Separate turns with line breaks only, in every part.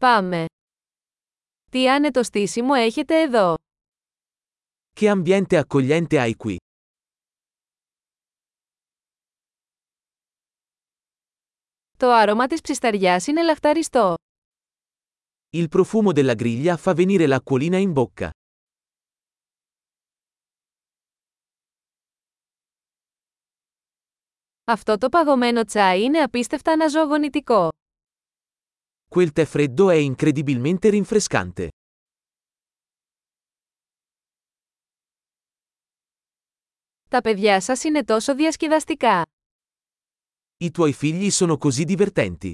Πάμε. Τι άνετο στήσιμο έχετε εδώ.
Che ambiente accogliente hai qui?
Το άρωμα της ψισταριάς είναι λαχταριστό.
Il profumo della griglia fa venire l'acquolina in bocca.
Αυτό το παγωμένο τσάι είναι απίστευτα αναζωογονητικό.
Quel tè freddo è incredibilmente rinfrescante.
Τα παιδιά σας είναι τόσο διασκεδαστικά.
I tuoi figli sono così divertenti.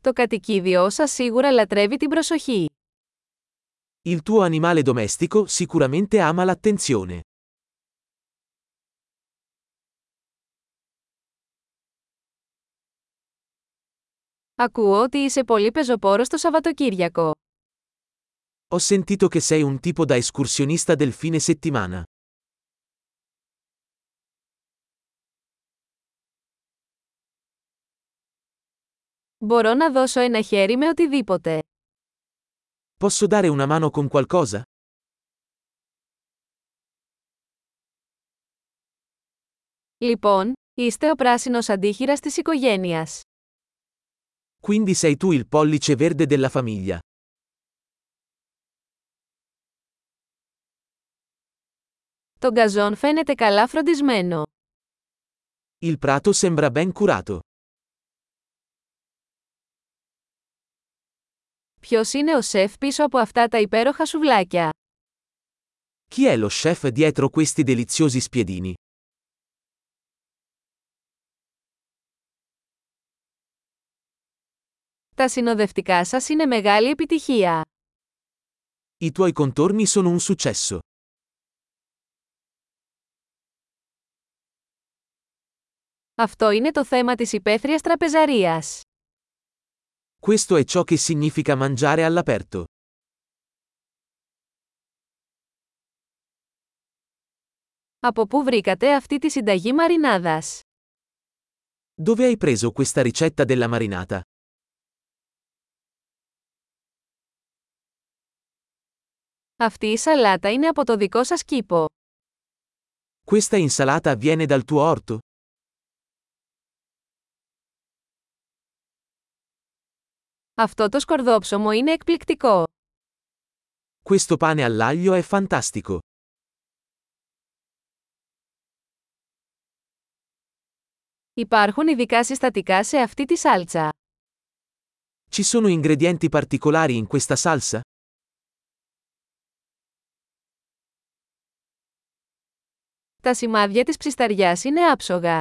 Το κατοικίδιό σας σίγουρα λατρεύει την προσοχή.
Il tuo animale domestico sicuramente ama l'attenzione.
Ακούω ότι είσαι πολύ πεζοπόρος το Σαββατοκύριακο.
Ho sentito che sei un tipo da escursionista del fine settimana.
Μπορώ να δώσω ένα χέρι με οτιδήποτε.
Posso dare una mano con qualcosa?
Λοιπόν, είστε ο πράσινος αντίχειρας της οικογένειας.
Quindi sei tu il pollice verde della famiglia.
Το γκαζόν φαίνεται καλά φροντισμένο.
Il prato sembra ben curato.
Ποιος είναι ο σεφ πίσω από αυτά τα υπέροχα σουβλάκια.
Chi è lo chef dietro questi deliziosi spiedini?
Τα συνοδευτικά σας είναι μεγάλη επιτυχία.
I tuoi contorni sono un successo.
Αυτό είναι το θέμα της υπαίθριας τραπεζαρίας.
Questo è ciò che significa mangiare all'aperto.
Από πού βρήκατε αυτή τη συνταγή μαρινάδας.
Dove hai preso questa ricetta della marinata?
Αυτή η σαλάτα είναι από το δικό σας κήπο.
Questa insalata viene dal tuo orto?
Αυτό το σκορδόψωμο είναι εκπληκτικό.
Questo pane all'aglio è fantastico.
Υπάρχουν ειδικά συστατικά σε αυτή τη σάλτσα.
Ci sono ingredienti particolari in questa salsa?
Τα σημάδια της ψισταριάς είναι άψογα.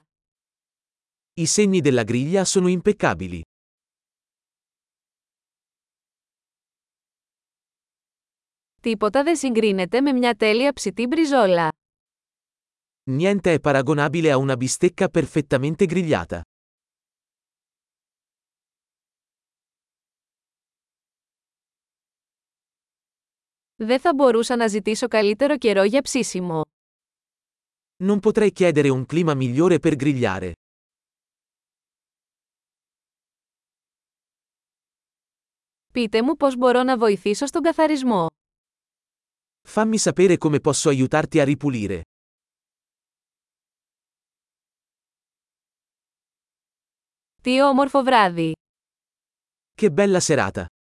I segni della griglia sono impeccabili.
Τίποτα δεν συγκρίνεται με μια τέλεια ψητή μπριζόλα.
Niente è paragonabile a una bistecca perfettamente grigliata.
Δεν θα μπορούσα να ζητήσω καλύτερο καιρό για ψήσιμο.
Non potrei chiedere un clima migliore per grigliare.
Πείτε μου πώς μπορώ να βοηθήσω στον καθαρισμό.
Fammi sapere come posso aiutarti a ripulire.
Τι όμορφο βράδυ!
Che bella serata!